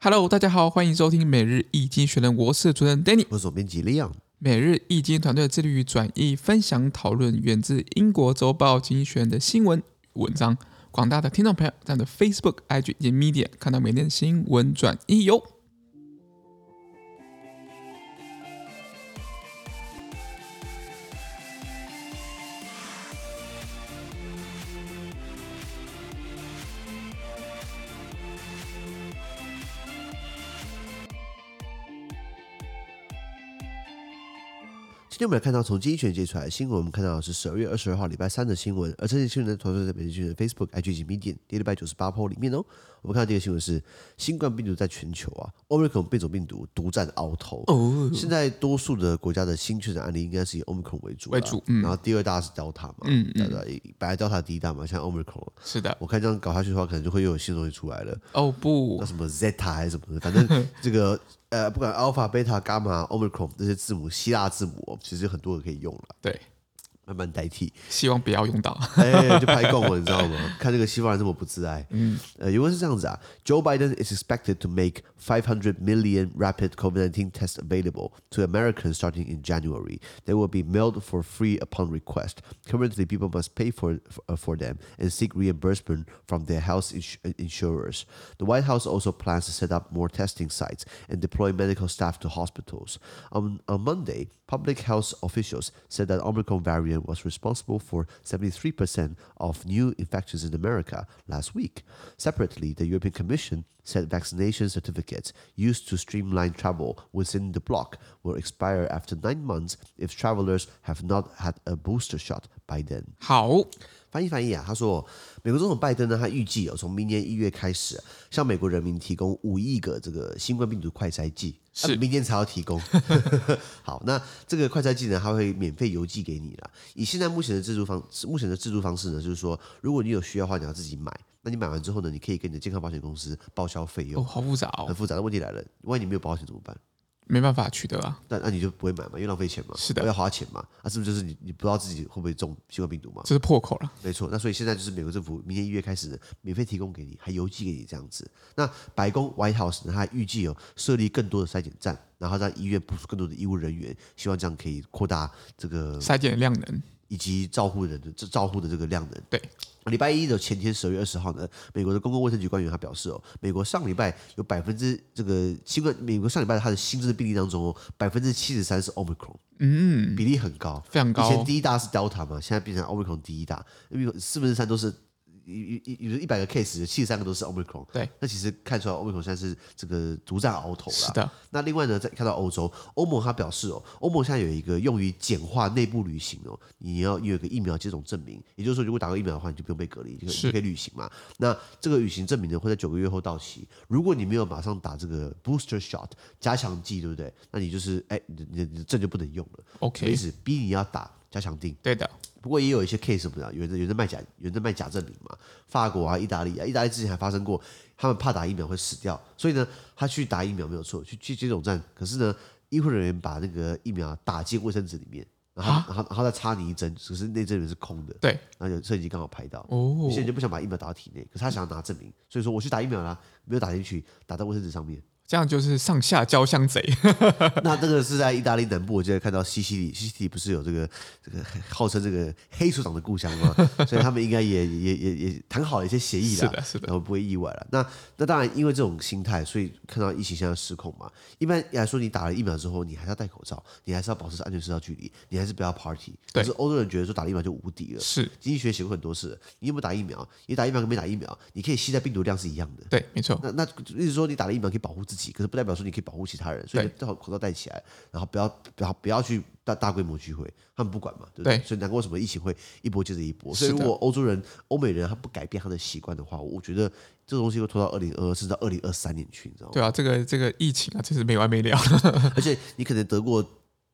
Hello，大家好，欢迎收听每日易经学人，我是主持人 Danny。我是总编辑 Leon。每日易经团队致力于转译、分享、讨论源自英国周报精选的新闻文章。广大的听众朋友，在我们的 Facebook、IG 以及 Media 看到每天的新闻转译哟。今天我们来看到从精选截出来的新闻，我们看到的是十二月二十二号礼拜三的新闻，而这些新闻呢，传送在北京新闻 Facebook、IG 及 Medium 第六百九十八 p 里面哦。我们看到第一个新闻是新冠病毒在全球啊，Omicron 变种病毒独占鳌头。哦，现在多数的国家的新确诊案例应该是以 Omicron 为主为啦，主嗯然后第二大是 Delta 嘛，嗯对吧？本来 Delta 第一大嘛，现在 Omicron，是的，我看这样搞下去的话，可能就会又有新东西出来了。哦不那，什么 Zeta 还是什么的，反正这个呃，不管 Alpha、Beta、Gamma、Omicron 这些字母，希腊字母其实有很多个可以用了，对，慢慢代替。希望不要用到。 哎，就拍够了，你知道吗？ 看这个西方人这么不自爱。嗯，呃，原文是这样子啊，Joe Biden is expected to make 500 million rapid COVID-19 tests available to Americans starting in January. They will be mailed for free upon request. Currently, people must pay for for, for them and seek reimbursement from their health ins- uh, insurers. The White House also plans to set up more testing sites and deploy medical staff to hospitals. On, on Monday, public health officials said that Omicron variant was responsible for 73% of new infections in America last week. Separately, the European Commission said vaccination certificates used to streamline travel within the bloc will expire after nine months if travelers have not had a booster shot by then. 好，哦翻译翻译啊，他说，美国总统拜登呢，他预计哦，从明年一月开始啊、向美国人民提供五亿个这个新冠病毒快筛剂，是啊明年才要提 供。好，那这个快筛剂呢，它会免费邮寄给你啦。以现在目前的制度方，目前的制度方式呢，就是说，如果你有需要的话，你要自己买。那你买完之后呢，你可以跟你的健康保险公司报销费哦用。好复杂很哦，复杂的问题来了，万一你没有保险怎么办？没办法取得啊。那那你就不会买嘛，因为浪费钱嘛，是的要花钱嘛，那、是不是就是你你不知道自己会不会中新冠病毒嘛？这是破口了，没错，那所以现在就是美国政府明年一月开始呢免费提供给你，还邮寄给你这样子。那白宫 White House 呢，它还预计有设立更多的筛检站，然后让医院部署更多的医务人员，希望这样可以扩大这个筛检的量能以及照护人的这照护的这个量能。对，礼拜一的前天十二月二十号呢，美国的公共卫生局官员他表示哦，美国上礼拜有百分之这个新冠，美国上礼拜它的新增的病例当中哦，百分之七十三是 Omicron，嗯，比例很高，非常高哦以前第一大是 Delta 嘛，现在变成 Omicron 第一大，因为四分之三都是。一一一有一百个 case，七十三个都是 omicron。对，那其实看出来 omicron 现在是这个独占鳌头啦。是的，那另外呢，再看到欧洲，欧盟它表示哦，欧盟现在有一个用于简化内部旅行哦，你要有一个疫苗接种证明，也就是说，如果打过疫苗的话，你就不用被隔离，你可以是你可以旅行嘛。那这个旅行证明呢，会在九个月后到期，如果你没有马上打这个 booster shot 加强剂，对不对？那你就是哎，你的你的你的证就不能用了，什么意，OK，思？逼你要打加强定。对的，不过也有一些 case 什么的，有人有人在卖假，有人在卖假证明嘛。法国啊、意大利啊，意大利之前还发生过，他们怕打疫苗会死掉，所以呢，他去打疫苗没有错，去去接种站，可是呢，医护人员把那个疫苗打进卫生纸里面，然后然后然后再插你一针，只是那针里面是空的，对，然后有摄影机刚好拍到。有哦些，人就不想把疫苗打到体内，可是他想要拿证明，所以说我去打疫苗啦，没有打进去，打在卫生纸上面。这样就是上下交相贼。 那这个是在意大利南部，我记得看到西西里，西西里不是有这个这个号称这个黑手党的故乡 吗？所以他们应该也也也也谈好了一些协议是啦，的是的然后不会意外了。那那当然，因为这种心态，所以看到疫情现在失控嘛。一般来说，你打了疫苗之后，你还是要戴口罩，你还是要保持安全社交距离，你还是不要 party。对可是欧洲人觉得说打了疫苗就无敌了。是经济学写过很多次，你有没有打疫苗？你打疫苗跟没打疫苗，你可以吸带病毒量是一样的。对，没错，那那意思说你打了疫苗可以保护自己，可是不代表说你可以保护其他人，所以对最好口罩戴起来，然后不要不要不要去大大规模聚会，他们不管嘛，对不对？对所以难怪为什么疫情会一波接着一波。所以是如的果欧洲人、欧美人他不改变他的习惯的话，我觉得这个东西会拖到二零二二甚至二零二三年去，你知道吗？对啊，这个这个疫情啊，真是没完没了。 而且你可能得过。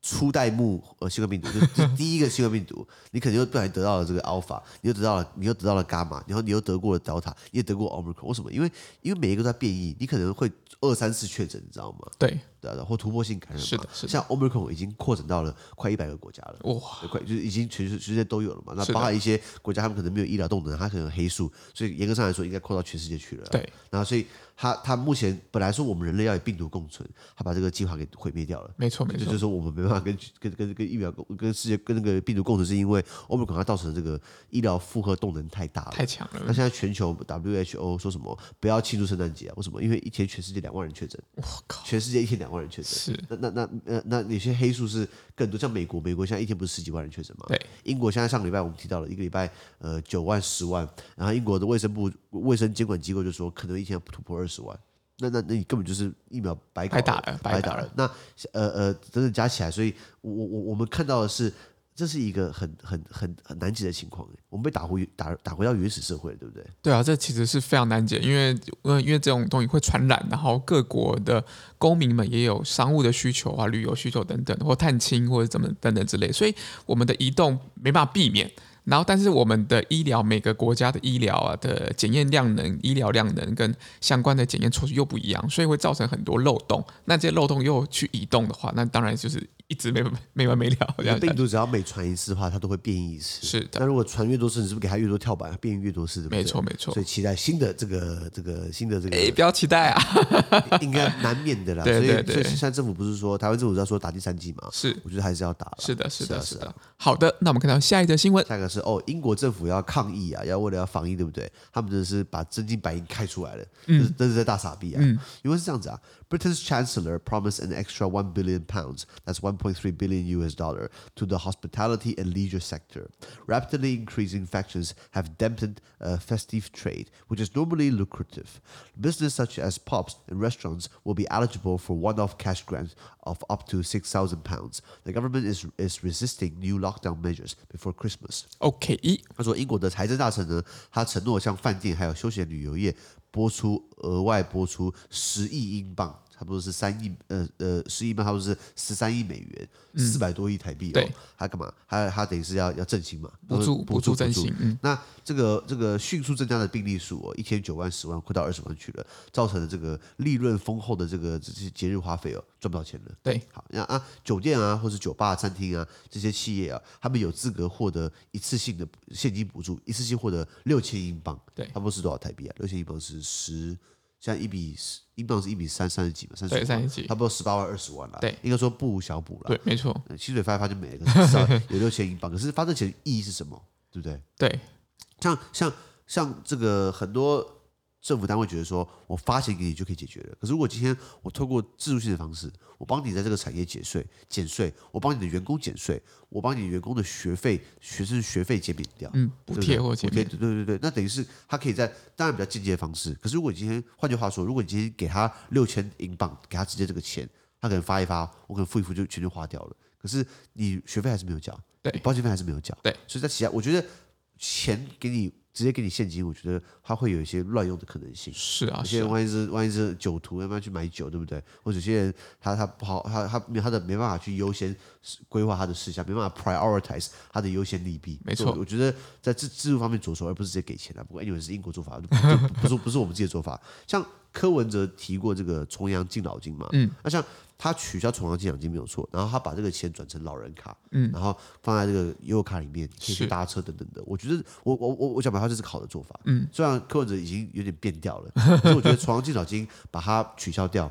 初代目呃新冠病毒，就 就第一个新冠病毒，你可能又不小心得到了这个 alpha，你又得到了你又得到了 gamma，然后你又得过了 delta，你也得过 omicron，为什么？因为因为每一个都在变异，你可能会二三次确诊，你知道吗？对，对啊，对啊或突破性感染嘛。是的是的像 Omicron 已经扩展到了快一百个国家了。哇，快就是已经全世世界都有了嘛，那是的包含一些国家，他们可能没有医疗动能，他可能有黑数，所以严格上来说，应该扩到全世界去了。对，然后所以他他目前本来说我们人类要与病毒共存，他把这个计划给毁灭掉了。没错没这就错就，是说我们没办法跟跟跟跟疫苗共跟世界跟那个病毒共存，是因为欧美可能它造成的这个医疗负荷动能太大了。太强那了，现在全球 WHO 说什么不要庆祝圣诞节啊？为什么？因为一天全世界两万人确诊，我靠，全世界一天两万人确诊。是那那那呃那有些黑数是更多，像美国，美国现在一天不是十几万人确诊吗？对，英国现在上个礼拜我们提到了一个礼拜呃九万十万，然后英国的卫生部卫生监管机构就说可能一天要突破二十万。那那那你根本就是疫苗白搞白打了白白打打了了。那呃呃，等等加起来，所以我我我们看到的是，这是一个很很很很难解的情况。我们被打回打打回到原始社会了，对不对？对啊，这其实是非常难解，因为呃，因为这种东西会传染，然后各国的公民们也有商务的需求啊、旅游需求等等，或探亲或者怎么等等之类，所以我们的移动没办法避免。然后，但是我们的医疗，每个国家的医疗啊的检验量能、医疗量能跟相关的检验措施又不一样，所以会造成很多漏洞。那这些漏洞又去移动的话，那当然就是一直没完没完没了这样。病毒哦只要每传一次的话，它都会变异一次。是的那如果传越多次，你是不是给它越多跳板，它变异越多次？对不对没错，。没错所。以期待新的这个这个新的这个哎，不要期待啊！ 应该难免的啦。 对对所对以所以现在政府不是说台湾政府在说打第三剂嘛？是我觉得还是要打啦。是的，是的，是是啊是的。好的，那我们看到下一则新闻。下一个是哦，英国政府要抗议啊，要为了要防疫，对不对？他们真的是把真金白银开出来了，嗯、这是真是在大傻逼啊！嗯因为是这样子啊，Britain's Chancellor promised an extra one billion pounds, that's 1.3 billion US dollar, to the hospitality and leisure sector. Rapidly increasing infections have dampened uh, festive trade, which is normally lucrative. Business such as pubs and restaurants will be eligible for one-off cash grants of up to six thousand pounds. The government is is resisting new lockdown measures before Christmas. OK，他说，英国的财政大臣呢，他承诺向饭店还有休闲旅游业拨出额外拨出十亿英镑，差不多是三亿呃呃十亿英镑，差不多是十三亿美元，四百多亿台币、嗯哦。对，他干嘛？他他等于是要要振兴嘛，呃补助补补助振兴。嗯，那这个这个迅速增加的病例数哦，一天九万、十万，快到二十万去了，造成了这个利润丰厚的这个这些节日花费哦，赚不到钱了。对，好，那啊，酒店啊，或是酒吧、餐厅啊，这些企业啊，他们有资格获得一次性的现金补助，一次性获得六千英镑，对差不多是多少台币啊？六千英镑是十，现在一比十，英镑是一比三三十几嘛，三十对三十几差不多十八万二十万啦，对应该说不无小补啦。对，没错，呃，薪水发一发就没了，可是至少有六千英镑，可是发这钱意义是什么？对不对？对，像像像这个很多政府单位觉得说，我发钱给你就可以解决了。可是如果今天我透过制度性的方式，我帮你在这个产业减税、减税，我帮你的员工减税，我帮你员工的学费、学生学费减免掉，嗯，对补不对贴或减补贴免，对对对对，那等于是他可以在当然比较间接的方式。可是如果你今天，换句话说，如果你今天给他六千英镑，给他直接这个钱，他可能发一发，我可能付一付就全就花掉了。可是你学费还是没有缴，对你保险费还是没有缴，对。所以在其他，我觉得钱给你直接给你现金，我觉得他会有一些乱用的可能性。是啊，有是些人啊万一是万一是酒徒，要不要去买酒，对不对？或者有些人他他不好，他他他的没办法去优先规划他的事项，没办法 prioritize 他的优先利弊。没错所以我我觉得在制制度方面着手，而不是直接给钱啊。不过 anyway 是英国做法，就不就不是不是我们自己的做法。像柯文哲提过这个重阳敬老金嘛，嗯，那像他取消重阳敬老金没有错，然后他把这个钱转成老人卡，嗯，然后放在这个悠游卡里面，可以去是搭车等等的。我觉得我我我我讲白话，这是个好的做法，嗯，虽然柯文哲已经有点变调了，可是我觉得重阳敬老金把它取消掉。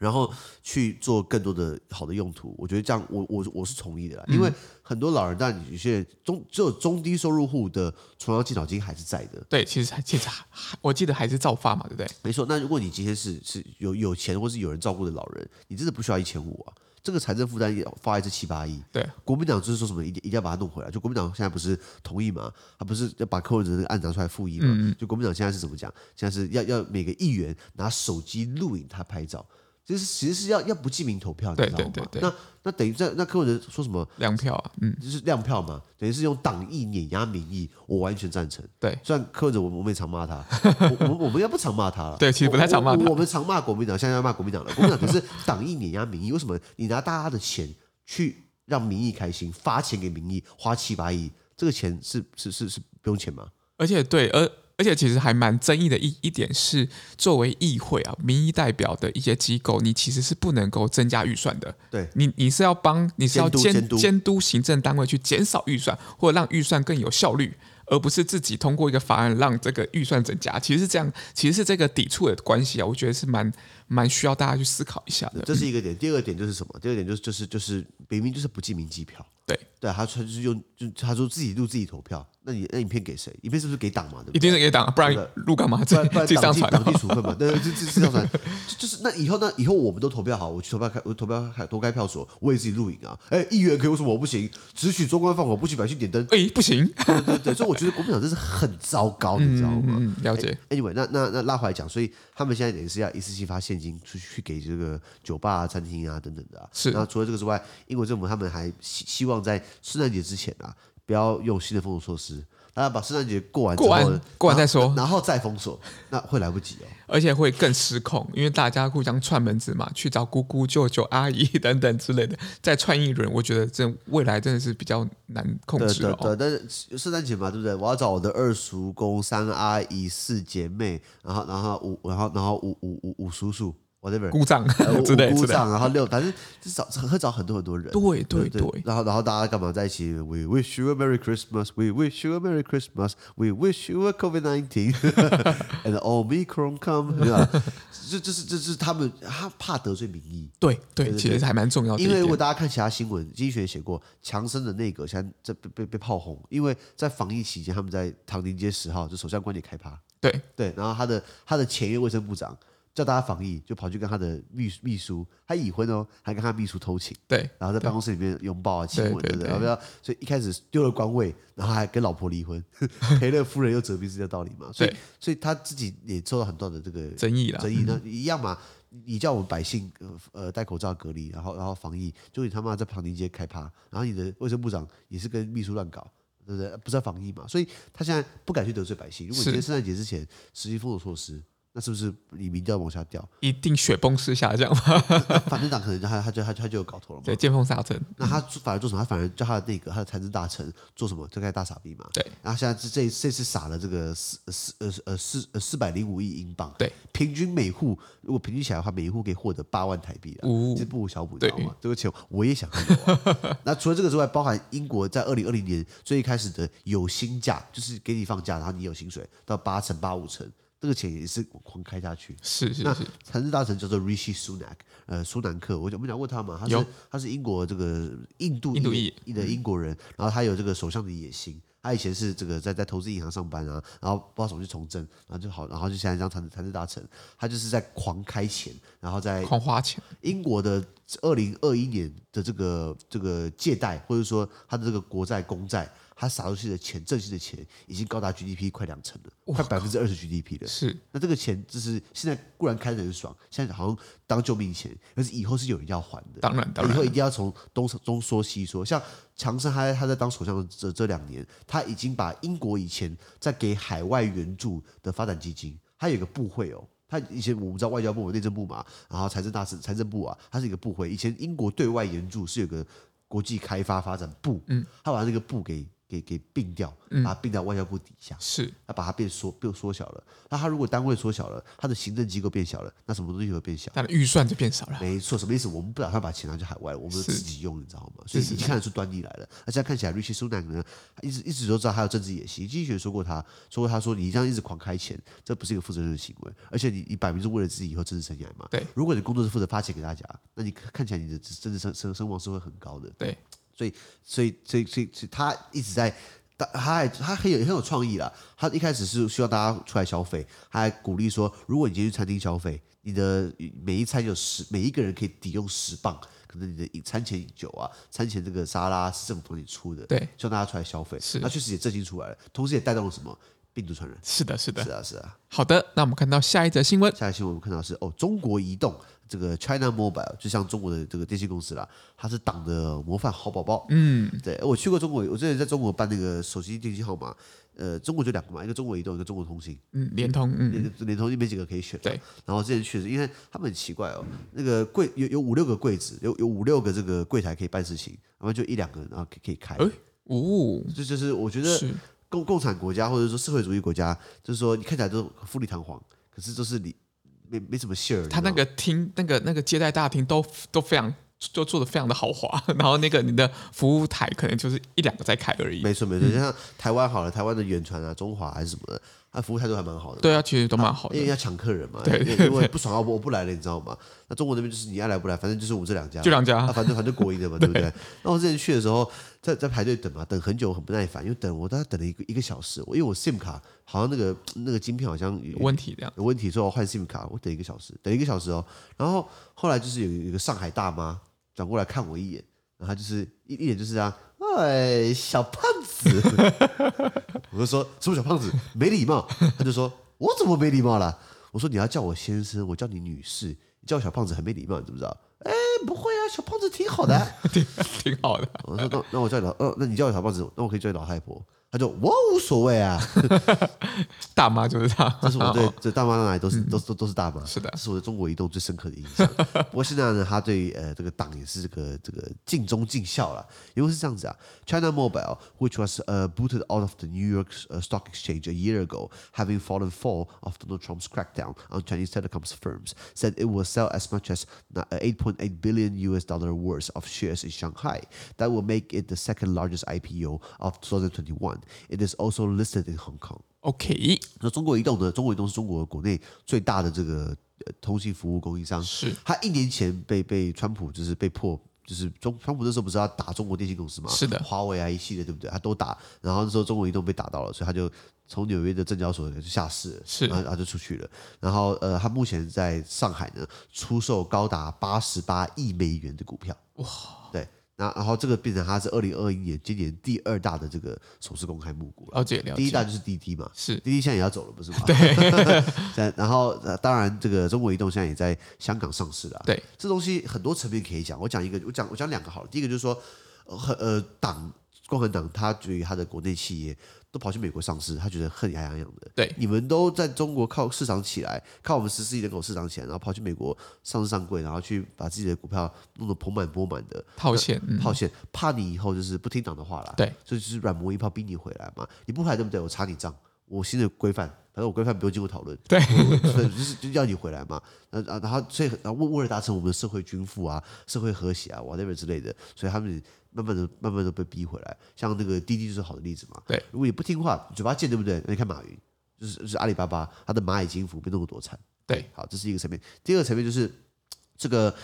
然后去做更多的好的用途。我觉得这样我，我我是同意的啦，因为很多老人，但有些人中只有中低收入户的重阳敬老金还是在的。对，其实还其实还还我记得还是照发嘛，对不对？没错，那如果你今天是是有有钱或是有人照顾的老人，你真的不需要一千五啊，这个财政负担也发一次七八亿。对，国民党就是说什么一定一定要把它弄回来，就国民党现在不是同意嘛，他不是要把柯文哲那个案拿出来复议嘛？嗯就国民党现在是怎么讲？现在是要要每个议员拿手机录影他拍照，就是其实是要要不记名投票，你知对道吗？对对对那那等于在那柯文哲说什么？粮票啊，嗯，就是亮票嘛，等于是用党意碾压民意，我完全赞成。对，虽然柯文哲我们我们也常骂他，我我们我们应该不常骂他了。 对其实不太常骂他我我我们常骂国民党，现在要骂国民党了。国民党可是党意碾压民意，为什么你拿大家的钱去让民意开心，发钱给民意，花七八亿，这个钱是是是是不用钱吗？而且对，而而且其实还蛮争议的一一点是，作为议会啊，民意代表的一些机构，你其实是不能够增加预算的。对你，你是要帮，你是要监督监监督督行政单位去减少预算，或者让预算更有效率，而不是自己通过一个法案让这个预算增加。其实是这样，其实是这个抵触的关系啊，我觉得是蛮蛮需要大家去思考一下的。这是一个点。第二个点就是什么？第二个点就是就是就是明明就是不记名机票，对，对他他就是用就他说自己录自己投票，那你那影片给谁？影片是不是给党嘛？对不对？一定是给党，不然对录干嘛？不然不 自己然上党纪传啊党纪处分嘛，对，这这这上 传，就就是那以后呢？以后我们都投票好，我去投票开，我投票开投开票所，我也自己录影啊。哎，议员可以，为什么我不行？只许州官放火，不许百姓点灯。 哎、不行，对对对，所以我觉得国民党真是很糟糕，你知道吗？嗯，了解。 Anyway，那那那拉回来讲，所以他们现在等于是要一次性发现金出去给这个酒吧啊、餐厅啊等等的、啊。是那除了这个之外，英国政府他们还希希望在圣诞节之前啊，不要用新的封锁措施，大家把圣诞节过完之过完后呢过完然再说后然后再封锁，那会来不及哦。而且会更失控，因为大家互相串门子嘛，去找姑姑、舅舅、阿姨 等等之类的，再串一轮，我觉得这未来真的是比较难控对制了、对哦。对，但是圣诞节嘛，对不对？我要找我的二叔公、三阿姨、四姐妹，然后然后五，然后然后五五五五叔叔，whatever，姑丈 呃五之类五之姑类的，丈，然后六，反正就找会找很多很多人。对对对，然后然后大家干嘛在一起？We wish you a merry Christmas. We wish you a merry Christmas. We wish you a COVID nineteen and Omicron come 对吧。这这是这是他们他怕得罪民意，对哦对，其实还蛮重要的一因为点如果。大家看其他新闻，经济学也写过，强生的内阁现在这被被被炮轰，因为在防疫期间，他们在唐宁街十号就首相官邸开趴，对，对，然后他的他的前任卫生部长叫大家防疫，就跑去跟他的秘秘书，他已婚哦，还跟他秘书偷情。对，然后在办公室里面拥抱啊、亲吻，对对对不对？对要不要？所以一开始丢了官位，然后还跟老婆离婚， 赔了夫人又折兵是这个道理嘛？所以对，所以他自己也受到很多的这个争议啦争议那一样嘛。你叫我们百姓呃呃戴口罩隔离，然后然后防疫，就你他妈在唐宁街开趴，然后你的卫生部长也是跟秘书乱搞，对不对？不是在防疫嘛？所以他现在不敢去得罪百姓。如是果今天圣诞节之前实行封锁措施，那是不是你民调往下掉？ 一定雪崩式下降嘛，反正党可能他他就他就他就有搞头了嘛。 对，见缝插针。那他做反而做什么？他反而叫他的那个他的财政大臣做什么？就开始大傻逼嘛。对。然后现在这这这次撒了这个四四呃呃四呃四百零五亿英镑。对。平均每户如果平均起来的话，每一户可以获得八万台币啊哦，这不无小补，你对知道吗？这个钱我也想要、啊。 那除了这个之外，包含英国在二零二零年最一开始的有薪假，就是给你放假，然后你有薪水到八成八五成，这个钱也是狂开下去。是是那是，财政大臣叫做 Rishi Sunak，呃，苏南克，我就我们讲问他嘛，他是有他是英国这个印度印度裔嗯裔的英国人，然后他有这个首相的野心，他以前是这个在在投资银行上班啊，然后不知道怎么去从政，然后就好，然后就现在当财政财政大臣，他就是在狂开钱，然后在狂花钱，英国的二零二一年的这个这个借贷，或者说他的这个国债、公债，他撒出去的钱，正性的钱已经高达 GDP 快两成了，快百分之二十 GDP 了。是那这个钱就是现在固然开得很爽，现在好像当救命钱，可是以后是有人要还的。当然当哎以然后一定要从东东说西说。像强生他在他在当首相的这这两年，他已经把英国以前在给海外援助的发展基金，他有一个部会哦。他以前我们知道外交部、内政部嘛，然后财政大臣、财政部啊，它是一个部会。以前英国对外援助是有个国际开发发展部，嗯，他把那个部给给给并掉，嗯把它并到外交部底下。是，他把它变缩变缩小了。那他如果单位缩小了，他的行政机构变小了，那什么东西会变小？但预算就变少了。没错，什么意思？我们不打算把钱拿去海外了，我们自己用，你知道吗？所以你看得出端倪来了。那现在看起来，Richie Sunak 呢，他一直一直都知道他有政治野心。经济学说过他，说过他说你这样一直狂开钱，这不是一个负责任的行为，而且你你摆明是为了自己以后政治生涯嘛。对，如果你工作是负责发钱给大家，那你看看起来你的政治声声声望是会很高的。对，所以所以所以所以所以他一直在，他他还他很有很有创意啦。他一开始是希望大家出来消费，他还鼓励说，如果你今天去餐厅消费，你的每一餐有十，每一个人可以抵用十磅。可能你的饮餐前饮酒啊，餐前这个沙拉是政府帮你出的，对希望大家出来消费，是那确实也振兴出来了，同时也带动了什么病毒传染，是的，是是的。啊是啊。好的，那我们看到下一则新闻，下一期我们看到是哦，中国移动这个 China Mobile，就像中国的这个电信公司啦，它是党的模范好宝宝。嗯，对，我去过中国，我之前在中国办那个手机电信号码，呃，中国就两个嘛，一个中国移动，一个中国通信，嗯，联通，嗯，联联通就没几个可以选。对，然后之前去，因为他们很奇怪哦，那个柜有有五六个柜子，有有五六个这个柜台可以办事情，然后就一两个人，然后可以可以开。哎，哦，这就是我觉得是共共产国家或者说社会主义国家，就是说你看起来都富丽堂皇，可是就是你没没什么馅儿。他那你知道吗个厅、那个那个接待大厅都都非常就做的非常的豪华， 然后那个你的服务台可能就是一两个在开而已。没错没错，就像台湾好了，台湾的远传啊、中华还是什么的，它服务态度还蛮好的。对啊，其实都蛮好的因。为要抢客人嘛，对因为因为不爽啊，我我不来了，你知道吗？那中国那边就是你爱来不来，反正就是我这两家，就两家啊，反正 反正国营的嘛，对不对？那我之前去的时候，在在排队等嘛，等很久，很不耐烦，因为等我大概等了一个一个小时，我因为我 SIM 卡好像那个那个晶片好像有有问题这样， 有问题，说我换 SIM 卡，我等一个小时，等一个小时哦。然后后来就是有有一个上海大妈转过来看我一眼，然后她就是一一眼就是这样，哎，小胖子， 我就说什么小胖子没礼貌，她就说我怎么没礼貌啦？我说你要叫我先生，我叫你女士，你叫我小胖子很没礼貌，你知不知道？哎，不会啊，小胖子挺好的啊、挺挺好的。我说那那我叫你老，呃，那你叫我小胖子，那我可以叫你老太婆。她就我无所谓啊，大妈就是哦他，这是 我对这大妈那里都是都都都是大妈，是的这是我对中国移动最深刻的印象。不过现在呢，他对呃这个党也是这个这个尽忠尽孝了，因为是这样子啊，China Mobile which was uh, booted out of the New York uh, Stock Exchange a year ago, having fallen foul of Donald Trump's crackdown on Chinese telecoms firms, said it will sell as much as 8.8 billion US dollar worth of shares in Shanghai. That will make it the second largest IPO of 2021. It is also listed in Hong Kong. OK，那中国移动呢？中国移动是中国国内最大的这个呃通信服务供应商，是它一年前被被川普就是被迫。就是中川普那时候不是要打中国电信公司嘛？是的华为啊一系列对不对？他都打，然后那时候中国移动被打到了，所以他就从纽约的证交所就下市了，是然后他就出去了。然后呃，他目前在上海呢出售高达八十八亿美元的股票，哇！对，那然后这个变成他是二零二一年今年第二大的这个首次公开募股了。了解了第一解，大就是滴滴嘛，是滴滴现在也要走了，不是 吗？对。然后，呃当然，这个中国移动现在也在香港上市了啊。对，这东西很多层面可以讲。我讲一个，我讲我讲两个好了。第一个就是说，呃很呃，党共产党他对于他的国内企业都跑去美国上市，他觉得恨牙痒痒的。对你们都在中国靠市场起来，靠我们十四亿人口市场起来，然后跑去美国上市上柜，然后去把自己的股票弄得盆满钵满的，套现，嗯，套现，怕你以后就是不听党的话啦。对，所以就是软磨硬泡逼你回来嘛。你不回来对不对？我查你账，我新的规范，反正我规范不用经过讨论。对 我，我所以就是就要你回来嘛。那啊，然后所以啊为为了达成我们的社会均富啊、社会和谐啊、whatever 之类的，所以他们慢慢的、慢慢的被逼回来。像那个滴滴就是好的例子嘛。对，如果你不听话，嘴巴贱对不对？那你看马云，就是就是阿里巴巴，他的蚂蚁金服被弄得多惨。对，好，这是一个层面。第二个层面就是这个。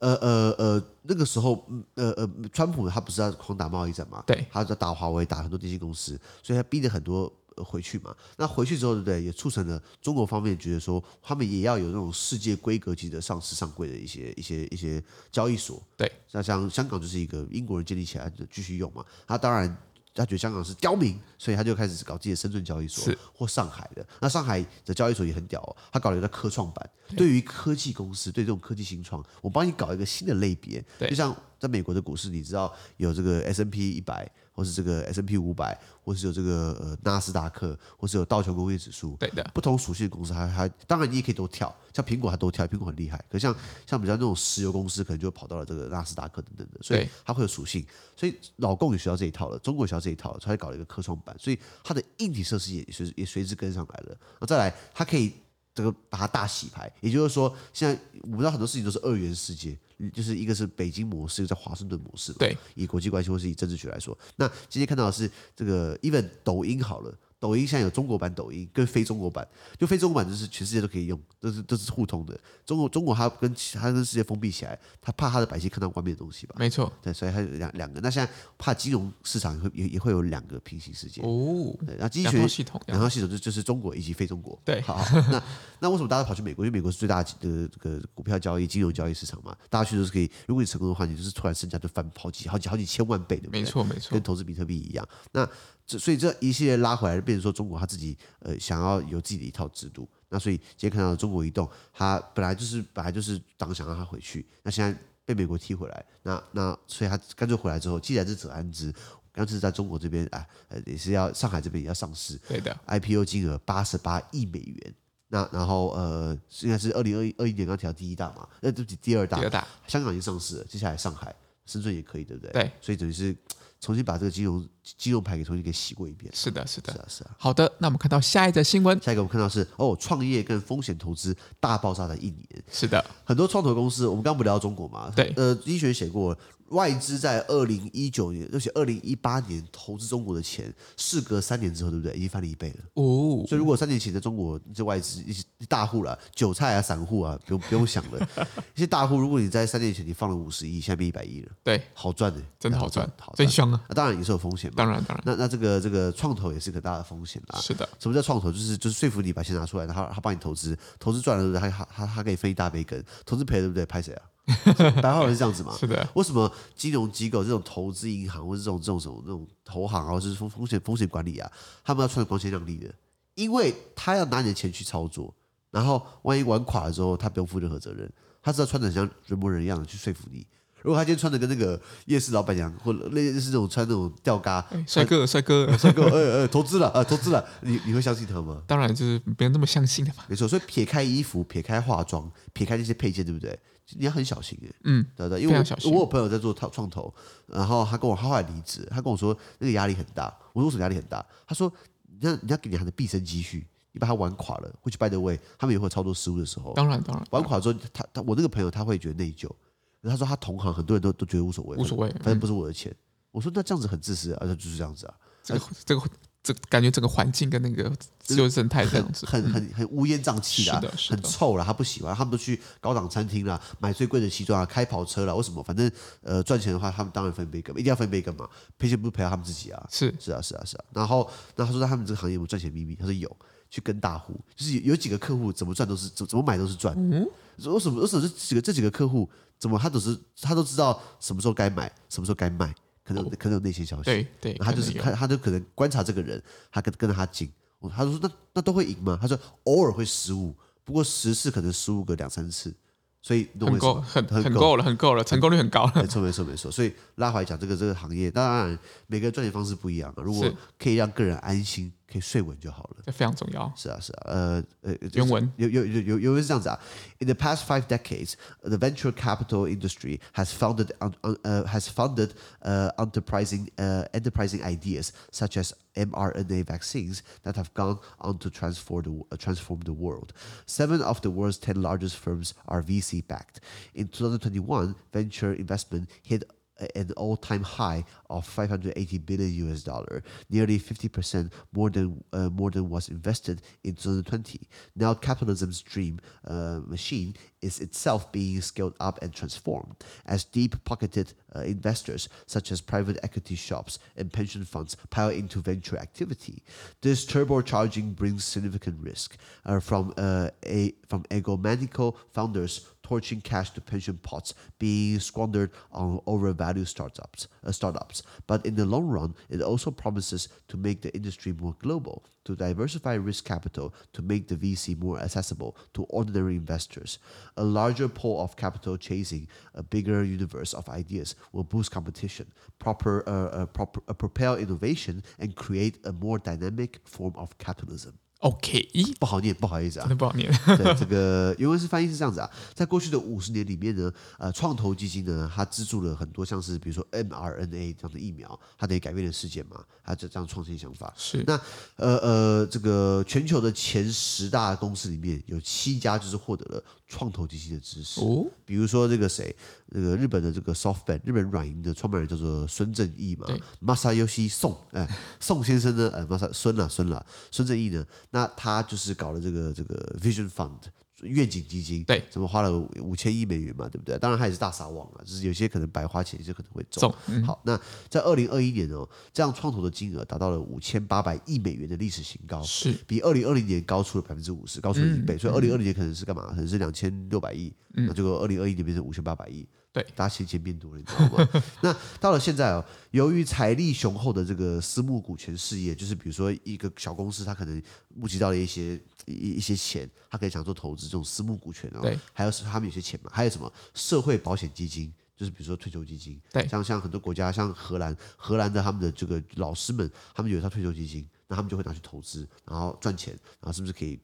呃呃呃，那个时候，嗯呃呃，川普他不是要狂打贸易战嘛？对，他在打华为，打很多电信公司，所以他逼得很多呃回去嘛。那回去之后，对不对？也促成了中国方面觉得说，他们也要有那种世界规格级的上市上柜的一些一些一些交易所。对，那像香港就是一个英国人建立起来的，继续用嘛。他当然。他觉得香港是刁民，所以他就开始搞自己的深圳交易所是或上海的。那上海的交易所也很屌、哦，他搞了一个科创板。嗯对于科技公司，对这种科技新创，我帮你搞一个新的类别。对就像在美国的股市，你知道有这个 S M P 一百，或是这个 S M P 五百，或是有这个呃纳斯达克，或是有道琼工业指数。对的，不同属性的公司还还，当然你也可以都跳，像苹果它都跳，苹果很厉害。可像像比较那种石油公司，可能就跑到了这个纳斯达克等等的，所以对它会有属性。所以老共也学到这一套了，中国也学到这一套了，所以它搞了一个科创板，所以它的硬体设施也随也随之跟上来了。那再来，它可以这个把它大洗牌，也就是说，现在我们知道很多事情都是二元世界，就是一个是北京模式，一个在华盛顿模式嘛。对，以国际关系或是以政治学来说，那今天看到的是这个，even 抖音好了。抖音现在有中国版抖音跟非中国版，就非中国版就是全世界都可以用，都是都是互通的。中国中国它跟其它跟世界封闭起来，它怕它的百姓看到外面的东西吧？没错。对，所以它有两两个。那现在怕金融市场也会也也会有两个平行世界。哦，对，那经济两学嗯套系统，两套系统就就是中国以及非中国。对好，那那为什么大家跑去美国？因为美国是最大的这个股票交易、金融交易市场嘛，大家去都是可以。如果你成功的话，你就是突然身价就翻好几、好几、好几千万倍，对不对？没错没错跟，投资比特币一样。那这所以这一系列拉回来，变成说中国他自己呃想要有自己的一套制度。那所以今天看到中国移动，它本来就是本来就是党想让它回去，那现在被美国踢回来，那那所以他干脆回来之后，既然是者安之，干脆在中国这边啊，呃也是要上海这边也要上市，对的， IPO 金额八十八亿美元。那然后呃，应该是二零二一二一年刚调第一大嘛，那对不起第二大第，二大香港已经上市了，接下来上海、深圳也可以，对不对？对，所以等于是重新把这个金融金融牌给重新给洗过一遍。是的，是是的。啊，是啊。好的，那我们看到下一则新闻。下一个我们看到是哦，创业跟风险投资大爆炸的一年，是的，很多创投公司，我们刚刚不聊中国嘛？对呃，医学写过，外资在二零一九年，而且二零一八年投资中国的钱，事隔三年之后，对不对？已经翻了一倍了。哦，所以如果三年前在中国这外资一些大户了，韭菜啊、散户啊，不用不用想了。一些大户，如果你在三年前你放了五十亿，现在变一百亿了，对，好赚的、真的好赚好，赚真。香啊！那、当然也是有风险嘛。当然，当然，那那这个这个创投也是个大的风险啦。是的，什么叫创投？就是就是说服你把钱拿出来，然后他他帮你投资，投资赚了对不对？他他他他给你分一大杯羹，投资赔了对不对？拍谁啊？ 白话文是这样子嘛？ 是的， 为什么金融机构这种投资银行或者这种这种什么那种投行啊，或者是风风险风险管理啊，他们要穿的光鲜亮丽的？啊因为他要拿你的钱去操作，然后万一玩垮了之后，他不用负任何责任，他只要穿的像人模人样的去说服你。如果他今天穿的跟那个夜市老板娘，或者类似那种穿那种吊嘎，哎帅哥，帅哥，帅哥，呃呃，投资了，呃，投资了，你你会相信他吗？ 当然就是别人那么相信的嘛。没错，所以撇开衣服，撇开化妆，撇开那些配件，对不对？你要很小心哎、嗯，对对，因非常为小我心我有朋友在做创创投，然后他跟我他后来离职，他跟我说那个压力很大。我说为什么压力很大？他说你要你要给你他的毕生积蓄，你把他玩垮了，会去 by the way，他们也会有操作失误的时候。当然，当然，玩垮之后，他他我那个朋友他会觉得内疚，然后他说他同行很多人都都觉得无所谓，无所谓嗯反正不是我的钱。我说那这样子很自私啊，他说就是这样子啊，这个这个这个感觉整个环境跟那个自由生态这样子，很很很乌烟瘴气啊嗯是的，是很的臭啦，他不喜欢，他们都去高档餐厅啦，买最贵的西装啊，开跑车啦，为什么？反正呃赚钱的话，他们当然分杯羹，一定要分杯羹嘛，赔钱不是赔到他们自己啊。是是啊，是啊，是啊。然后，那他说在他们这个行业有没有赚钱秘密，他说有，去跟大户，就是有有几个客户怎么赚都是怎怎么买都是赚。嗯为什么为什么这几个这几个客户怎么他都是他都知道什么时候该买，什么时候该卖，哦可能有可能有内线消息。对对，然后他就是可能有他他就可能观察这个人，他跟跟着他进，我他就说那那都会赢吗？他说偶尔会失误，不过十次可能失误个两三次，所以你懂我很意思够，吗很很很够了，很够了，成功率很高了没。错，没错，没错。所以拉回来讲这个这个行业，当然每个人赚钱方式不一样啊。如果是可以让个人安心，可以睡稳就好了。 这非常重要。是啊，是啊，呃呃，就是原文有有有有有人是这样子啊。In the past five decades, the venture capital industry has founded on, on, uh, has funded uh, enterprising uh, enterprising ideas such as mRNA vaccines that have gone on to transform the uh, transform the world. Seven of the world's ten largest firms are VC backed. In 2021, venture investment hit an all-time high of 580 billion US dollar, nearly 50% more than uh, more than was invested in 2020. Now capitalism's dream uh, machine is itself being scaled up and transformed as deep-pocketed uh, investors such as private equity shops and pension funds pile into venture activity. This turbocharging brings significant risk uh, from uh, a from egomaniacal founders torching cash to pension pots being squandered on overvalued startups, uh, startups. But in the long run, it also promises to make the industry more global, to diversify risk capital, to make the VC more accessible to ordinary investors. A larger pool of capital chasing a bigger universe of ideas will boost competition, proper, uh, uh, proper uh, propel innovation, and create a more dynamic form of capitalism. OK，咦，不好念，不好意思啊。真的不好念。 对，这个原文是翻译是这样子啊，在过去的五十年里面呢，呃，创投基金呢，它资助了很多像是比如说 mRNA 这样的疫苗，它等于改变了世界嘛，它就这样创新想法。是那呃呃，这个全球的前十大公司里面有七家就是获得了创投基金的支持。哦，比如说这个谁，那个日本的这个 SoftBank，日本软银的创办人叫做孙正义嘛对，Masayoshi 宋，哎，宋先生呢，呃，Masa 孙啦孙啦，孙正义呢，那他就是搞了这个这个 Vision Fund 愿景基金，对，怎么花了五千亿美元嘛，对不对？当然他也是大撒网啊，就是有些可能白花钱，有些可能会中。中嗯好，那在二零二一年哦，这样创投的金额达到了五千八百亿美元的历史新高，是嗯比二零二零年高出了百分之五十，高出了一倍。所以二零二零年可能是干嘛？可能是两千六百亿，那结果二零二一年变成五千八百亿。对大家闲钱变多了，你知道吗？那到了现在哦，由于财力雄厚的这个私募股权事业，就是比如说一个小公司，它可能募集到了一些一一些钱，它可以想做投资这种私募股权哦。对，还有是他们有些钱嘛，还有什么社会保险基金，就是比如说退休基金。对像像很多国家，像荷兰，荷兰的他们的这个老师们，他们有一套退休基金，那他们就会拿去投资，然后赚钱，然后是不是可以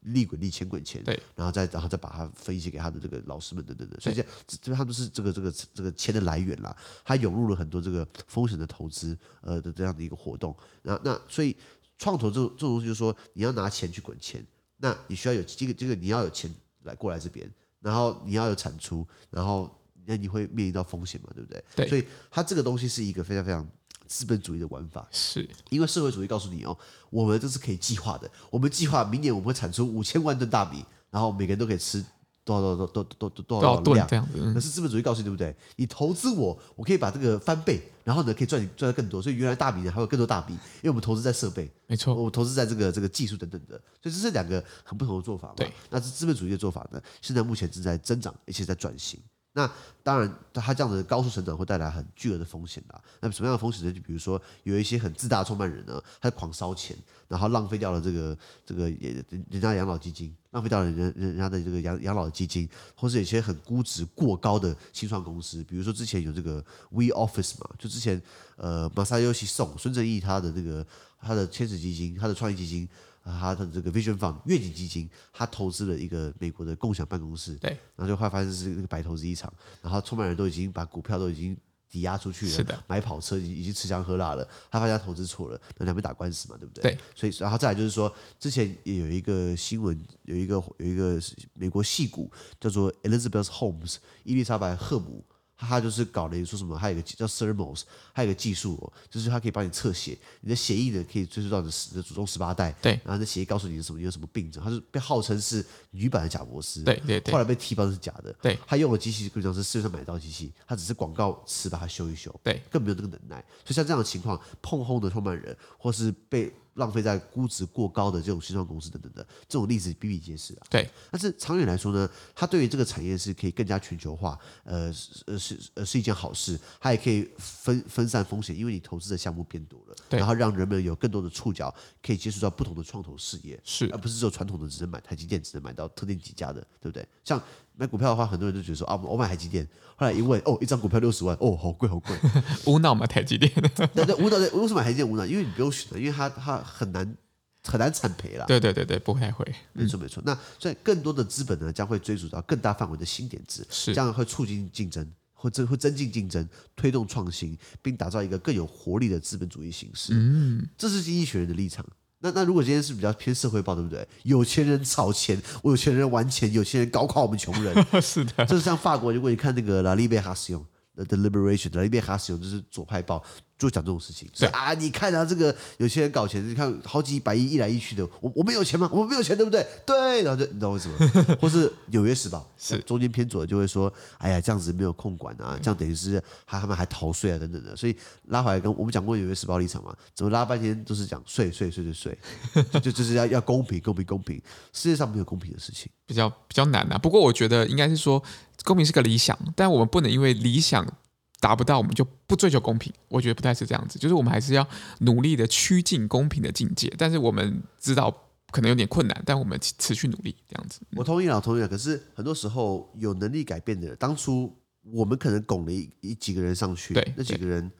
利滚利、钱滚钱，对，然后再然后再把它分析给他的这个老师们等等等，所以这这这他们是这个这个这个钱的来源啦，他涌入了很多这个风险的投资呃的这样的一个活动，那那所以创投这种这种东西就是说你要拿钱去滚钱，那你需要有这个这个你要有钱来过来这边，然后你要有产出，然后那你会面临到风险嘛，对不对？对所以它这个东西是一个非常非常资本主义的玩法，是因为社会主义告诉你哦，我们这是可以计划的，我们计划明年我们会产出五千万吨大米，然后每个人都可以吃多少多少多少多少多多少少多吨少这量。样子？嗯可是资本主义告诉你，对不对？你投资我，我可以把这个翻倍，然后呢，可以赚赚得更多。所以原来大米呢还有更多大米，因为我们投资在设备，没错，我投资在这个这个技术等等的，所以这是两个很不同的做法嘛。对，那是资本主义的做法呢，现在目前正在增长，而且在转型。那当然，它这样的高速成长会带来很巨额的风险啦。那么什么样的风险呢？就比如说有一些很自大的创办人呢，他狂烧钱，然后浪费掉了这个这个也人人家的养老基金，浪费掉了人人人家的这个养养老基金，或是有一些很估值过高的新创公司，比如说之前有这个 We Office 嘛，就之前呃马萨优西送孙正义他的这个他的天使基金、他的创业基金、啊他的这个 Vision Fund 愿景基金，他投资了一个美国的共享办公室，对，然后就后来发现是一个白投资一场，然后创办人都已经把股票都已经抵押出去了，是的，买跑车已经已经吃香喝辣了，他发现他投资错了，那两边打官司嘛，对不对？对，所以然后再来就是说，之前也有一个新闻，有一个有一个美国戏骨叫做 Elizabeth Holmes 伊丽莎白赫姆。她就是搞了一个说什么，还有一个技叫 Thermos，还有一个技术、哦，就是它可以帮你测血，你的血液呢可以追溯到你的十你的祖宗十八代，对然后这血液告诉你是什么，你有什么病症，它是被号称是女版的贾博士，对对对后来被踢爆是假的，对，他用的机器根本上是市面上买得到的机器，他只是广告词把它修一修，对，更没有这个能耐。所以像这样的情况，碰轰的创办人，或是被浪费在估值过高的这种新创公司等等的，这种例子比比皆是啊。对，但是长远来说呢，它对于这个产业是可以更加全球化，呃，是呃是呃是一件好事，它也可以分分散风险，因为你投资的项目变多了，对然后让人们有更多的触角，可以接触到不同的创投事业，是而不是只有传统的只能买台积电，只能买到特定几家的，对不对？像买股票的话，很多人就觉得说啊，我买台积电，后来一问哦，一张股票六十万，哦，好贵好贵，无脑嘛，台积电， 对对，舞蹈的为什么还是舞蹈？因为你不用选择，因为它它很难很难产培啦。对对对对，不太会， 没错没嗯错。那所以更多的资本呢，将会追逐到更大范围的新点子，是这样会促进竞争，会增会增进竞争，推动创新，并打造一个更有活力的资本主义形式。嗯，这是经济学人的立场。那那如果今天是比较偏社会报，对不对？有钱人炒钱，我有钱人玩钱，有钱人搞垮我们穷人，是 的，就是像法国，如果你看那个《拉利贝哈使用》呃《The Liberation》，《拉利贝哈使用》就是左派报就讲这种事情，对说啊，你看啊，这个有些人搞钱，你看好几百亿一来一去的，我我们有钱吗？我们没有钱，对不对？对，然后就你知道为什么？ 或是《纽约时报》是中间偏左的就会说，哎呀，这样子没有控管啊，这样等于是还他们还逃税啊等等的，所以拉回来跟我们讲过《纽约时报》立场嘛，怎么拉半天都是讲税税税税税， 就就就是要要公平公平公平，世界上没有公平的事情。比较比较难啊。不过我觉得应该是说，公平是个理想，但我们不能因为理想达不到，我们就不追求公平。我觉得不太是这样子，就是我们还是要努力的趋近公平的境界。但是我们知道可能有点困难，但我们持持续努力这样子。我同意啦，我同意啦。可是很多时候有能力改变的人，当初我们可能拱了一一几个人上去对，那几个人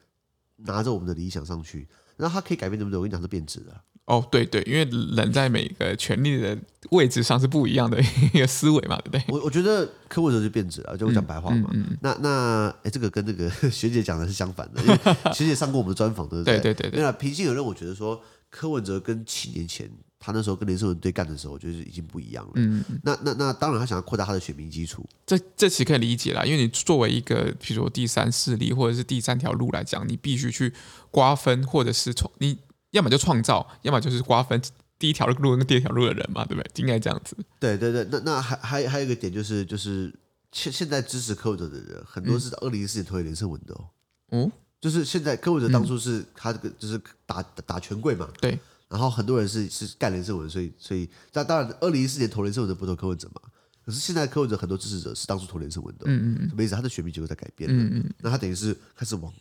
拿着我们的理想上去，然后他可以改变对不对？我跟你讲是变质的。哦，对对，因为人在每个权力的位置上是不一样的一个思维嘛，对不对？我我觉得柯文哲就变质了，就我讲白话嘛。嗯嗯那那哎，诶这个跟这个 学姐讲的是相反的，因为学姐上过我们的专访，对不对对对对对对了，平心而论，我觉得说柯文哲跟七年前他那时候跟连胜文对干的时候，我觉得是已经不一样了。嗯，那那那当然，他想要扩大他的选民基础，这这其实可以理解啦，因为你作为一个，比如说第三势力或者是第三条路来讲，你必须去瓜分，或者是创，你要么就创造，要么就是瓜分第一条路跟第二条路的人嘛，对不对？应该这样子。对对对，那那还还还有一个点就是就是现现在支持柯文哲的人，很嗯多是二零一四年投给连胜文的哦。哦，就是现在柯文哲嗯当初是他这个就是打打打权贵嘛，对，然后很多人是是干连胜文，所以所以但当然二零一四年投连胜文的不投柯文哲嘛，可是现在柯文哲很多支持者是当初投连胜文的哦，嗯嗯什么意思？他的选民结构在改变了，嗯嗯，那他等于是开始往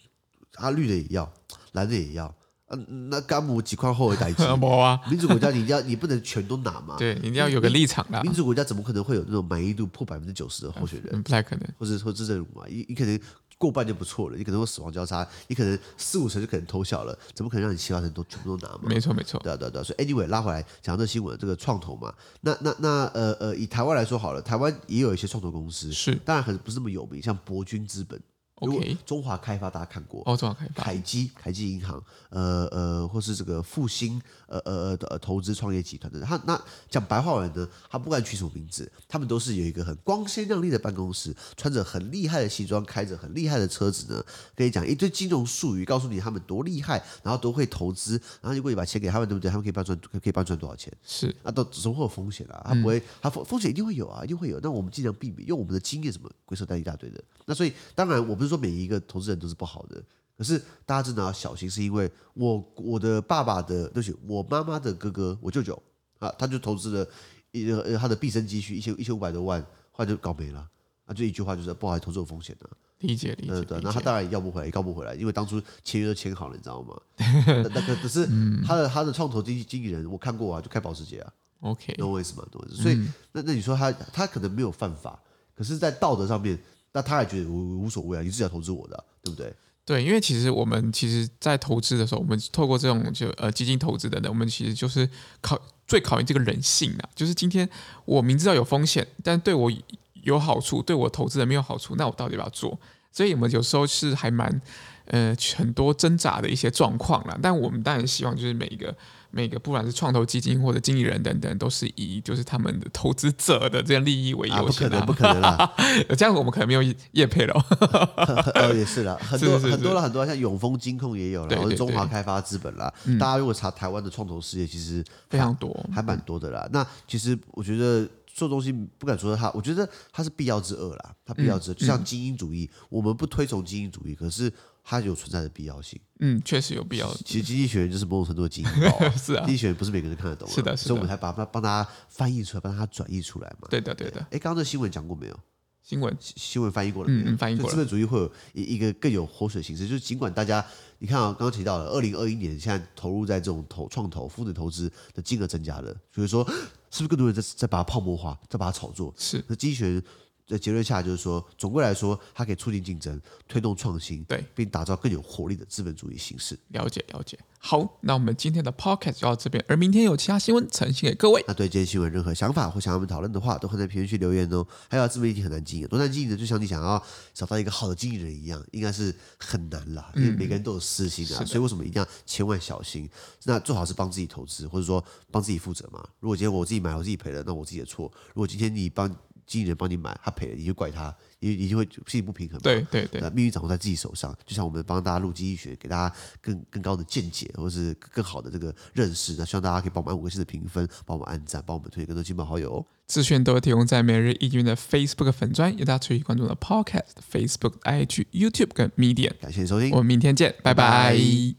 他绿的也要，蓝的也要，嗯、那干母几块后的 代恶金，魔啊，民主国家你一定要你不能全都拿嘛， 对，你一定要有个立场啦，民主国家怎么可能会有那种满意度破百分之九十的候选人，啊嗯不太可能。或者说执政人物嘛？一一可能过半就不错了，你可能会死亡交叉，你可能四五成就可能偷笑了，怎么可能让你西瓜成都全部都拿嘛？没错没错，对啊，对啊，对啊。所以 anyway 拉回来讲到这新闻，这个创投嘛，那那那呃呃，以台湾来说好了，台湾也有一些创投公司，是当然很不是那么有名，像博君资本，如果 OK 中华开发大家看过，哦，中华开发凯基、凯基银行，呃呃，或是这个复兴，呃呃呃，投资创业集团的，他那讲白话文呢，他不管取什么名字，他们都是有一个很光鲜亮丽的办公室，穿着很厉害的西装，开着很厉害的车子呢，跟你讲一堆金融术语，告诉你他们多厉害，然后多会投资，然后如果你把钱给他们，对不对？他们可以帮你赚，可以帮你赚多少钱？是那都总会有风险啊，它不会，它风风险一定会有啊，一定会有。那我们尽量避免，用我们的经验什么鬼扯淡一大堆的。那所以当然，我不是说每一个投资人都是不好的，可是大家真的要小心，是因为我我的爸爸的，对不起，我妈妈的哥哥，我舅舅啊，他就投资了一呃他的毕生积蓄一千一千五百多万，后来就搞没了。啊，就一句话就是不好意思，投资有风险的、啊。理解理解对对，理那他解，当然也要不回来，也告不回来，因为当初签约都签好了，你知道吗？那那可可是他的他的创投经纪经纪人，我看过啊，就开保时捷啊， OK 懂我意思吗？懂我意嗯思。所以，那那你说他他可能没有犯法，可是，在道德上面，那他也觉得无无所谓啊，你至少投资我的啊、对不对？对，因为其实我们其实，在投资的时候，我们透过这种就呃基金投资等等，我们其实就是考最考验这个人性啊。就是今天我明知道有风险，但对我有好处，对我投资人没有好处，那我到底要不要做？所以我们有时候是还蛮呃很多挣扎的一些状况啦。但我们当然希望就是每一个每个不管是创投基金或者经理人等等，都是以就是他们的投资者的这样利益为啊，优不可先的、能，不可能啦， 这样我们可能没有业配 了。呃，也是啦，很多是是是很多啦，很多啦，像永丰金控也有啦，对或者对中对嗯华开发资本啦，大家如果查台湾的创投事业，其实非常多还蛮多的啦。那其实我觉得做东西不敢说它，我觉得它是必要之恶啦，它必要之嗯恶，就像精英主义，我们不推崇精英主义，可是它有存在的必要性。嗯，确实有必要。，其实经济学人就是某种程度的精英包啊 是啊经济学人不是每个人看得懂、啊，是的是的所以我们才把它帮大家翻译出来，帮它转译出来嘛。对的，对的。哎，刚刚这个新闻讲过没有？新闻新新闻翻译过了没有？嗯嗯翻译过了就资本主义会有一一个更有活水形式，就是尽管大家，你看啊，刚刚提到了，二零二一年现在投入在这种投创投、风险投资的金额增加了，所以说是不是更多人在在把它泡沫化，在把它炒作？是那经济学人的结论下就是说，总归来说，它可以促进竞争，推动创新，对，并打造更有活力的资本主义形式。了解了解。好，那我们今天的 podcast 就到这边，而明天有其他新闻呈现给各位。那对今天新闻任何想法或想要我们讨论的话，都可以在评论区留言哦。还有啊自媒体很难经营，多难经营呢？就像你想要找到一个好的经营人一样，应该是很难啦，因为每个人都有私心啊。所以为什么一定要千万小心？那最好是帮自己投资，或者说帮自己负责嘛。如果今天我自己买，我自己赔了，那我自己的错。如果今天你帮经纪人帮你买，他赔了，你就怪他，你你就会心里不平衡嘛。对对对呃，命运掌握在自己手上。就像我们帮大家录经济学，给大家更更高的见解，或是更好的这个认识。那希望大家可以帮我们按五个星的评分，帮我们按赞，帮我们推荐更多亲朋好友哦。资讯都会提供在每日一经的 Facebook 粉专，也大家持续关注我们的 podcast、Facebook、IG、YouTube 跟 Medium。感谢你收听我，们明天见，拜拜拜拜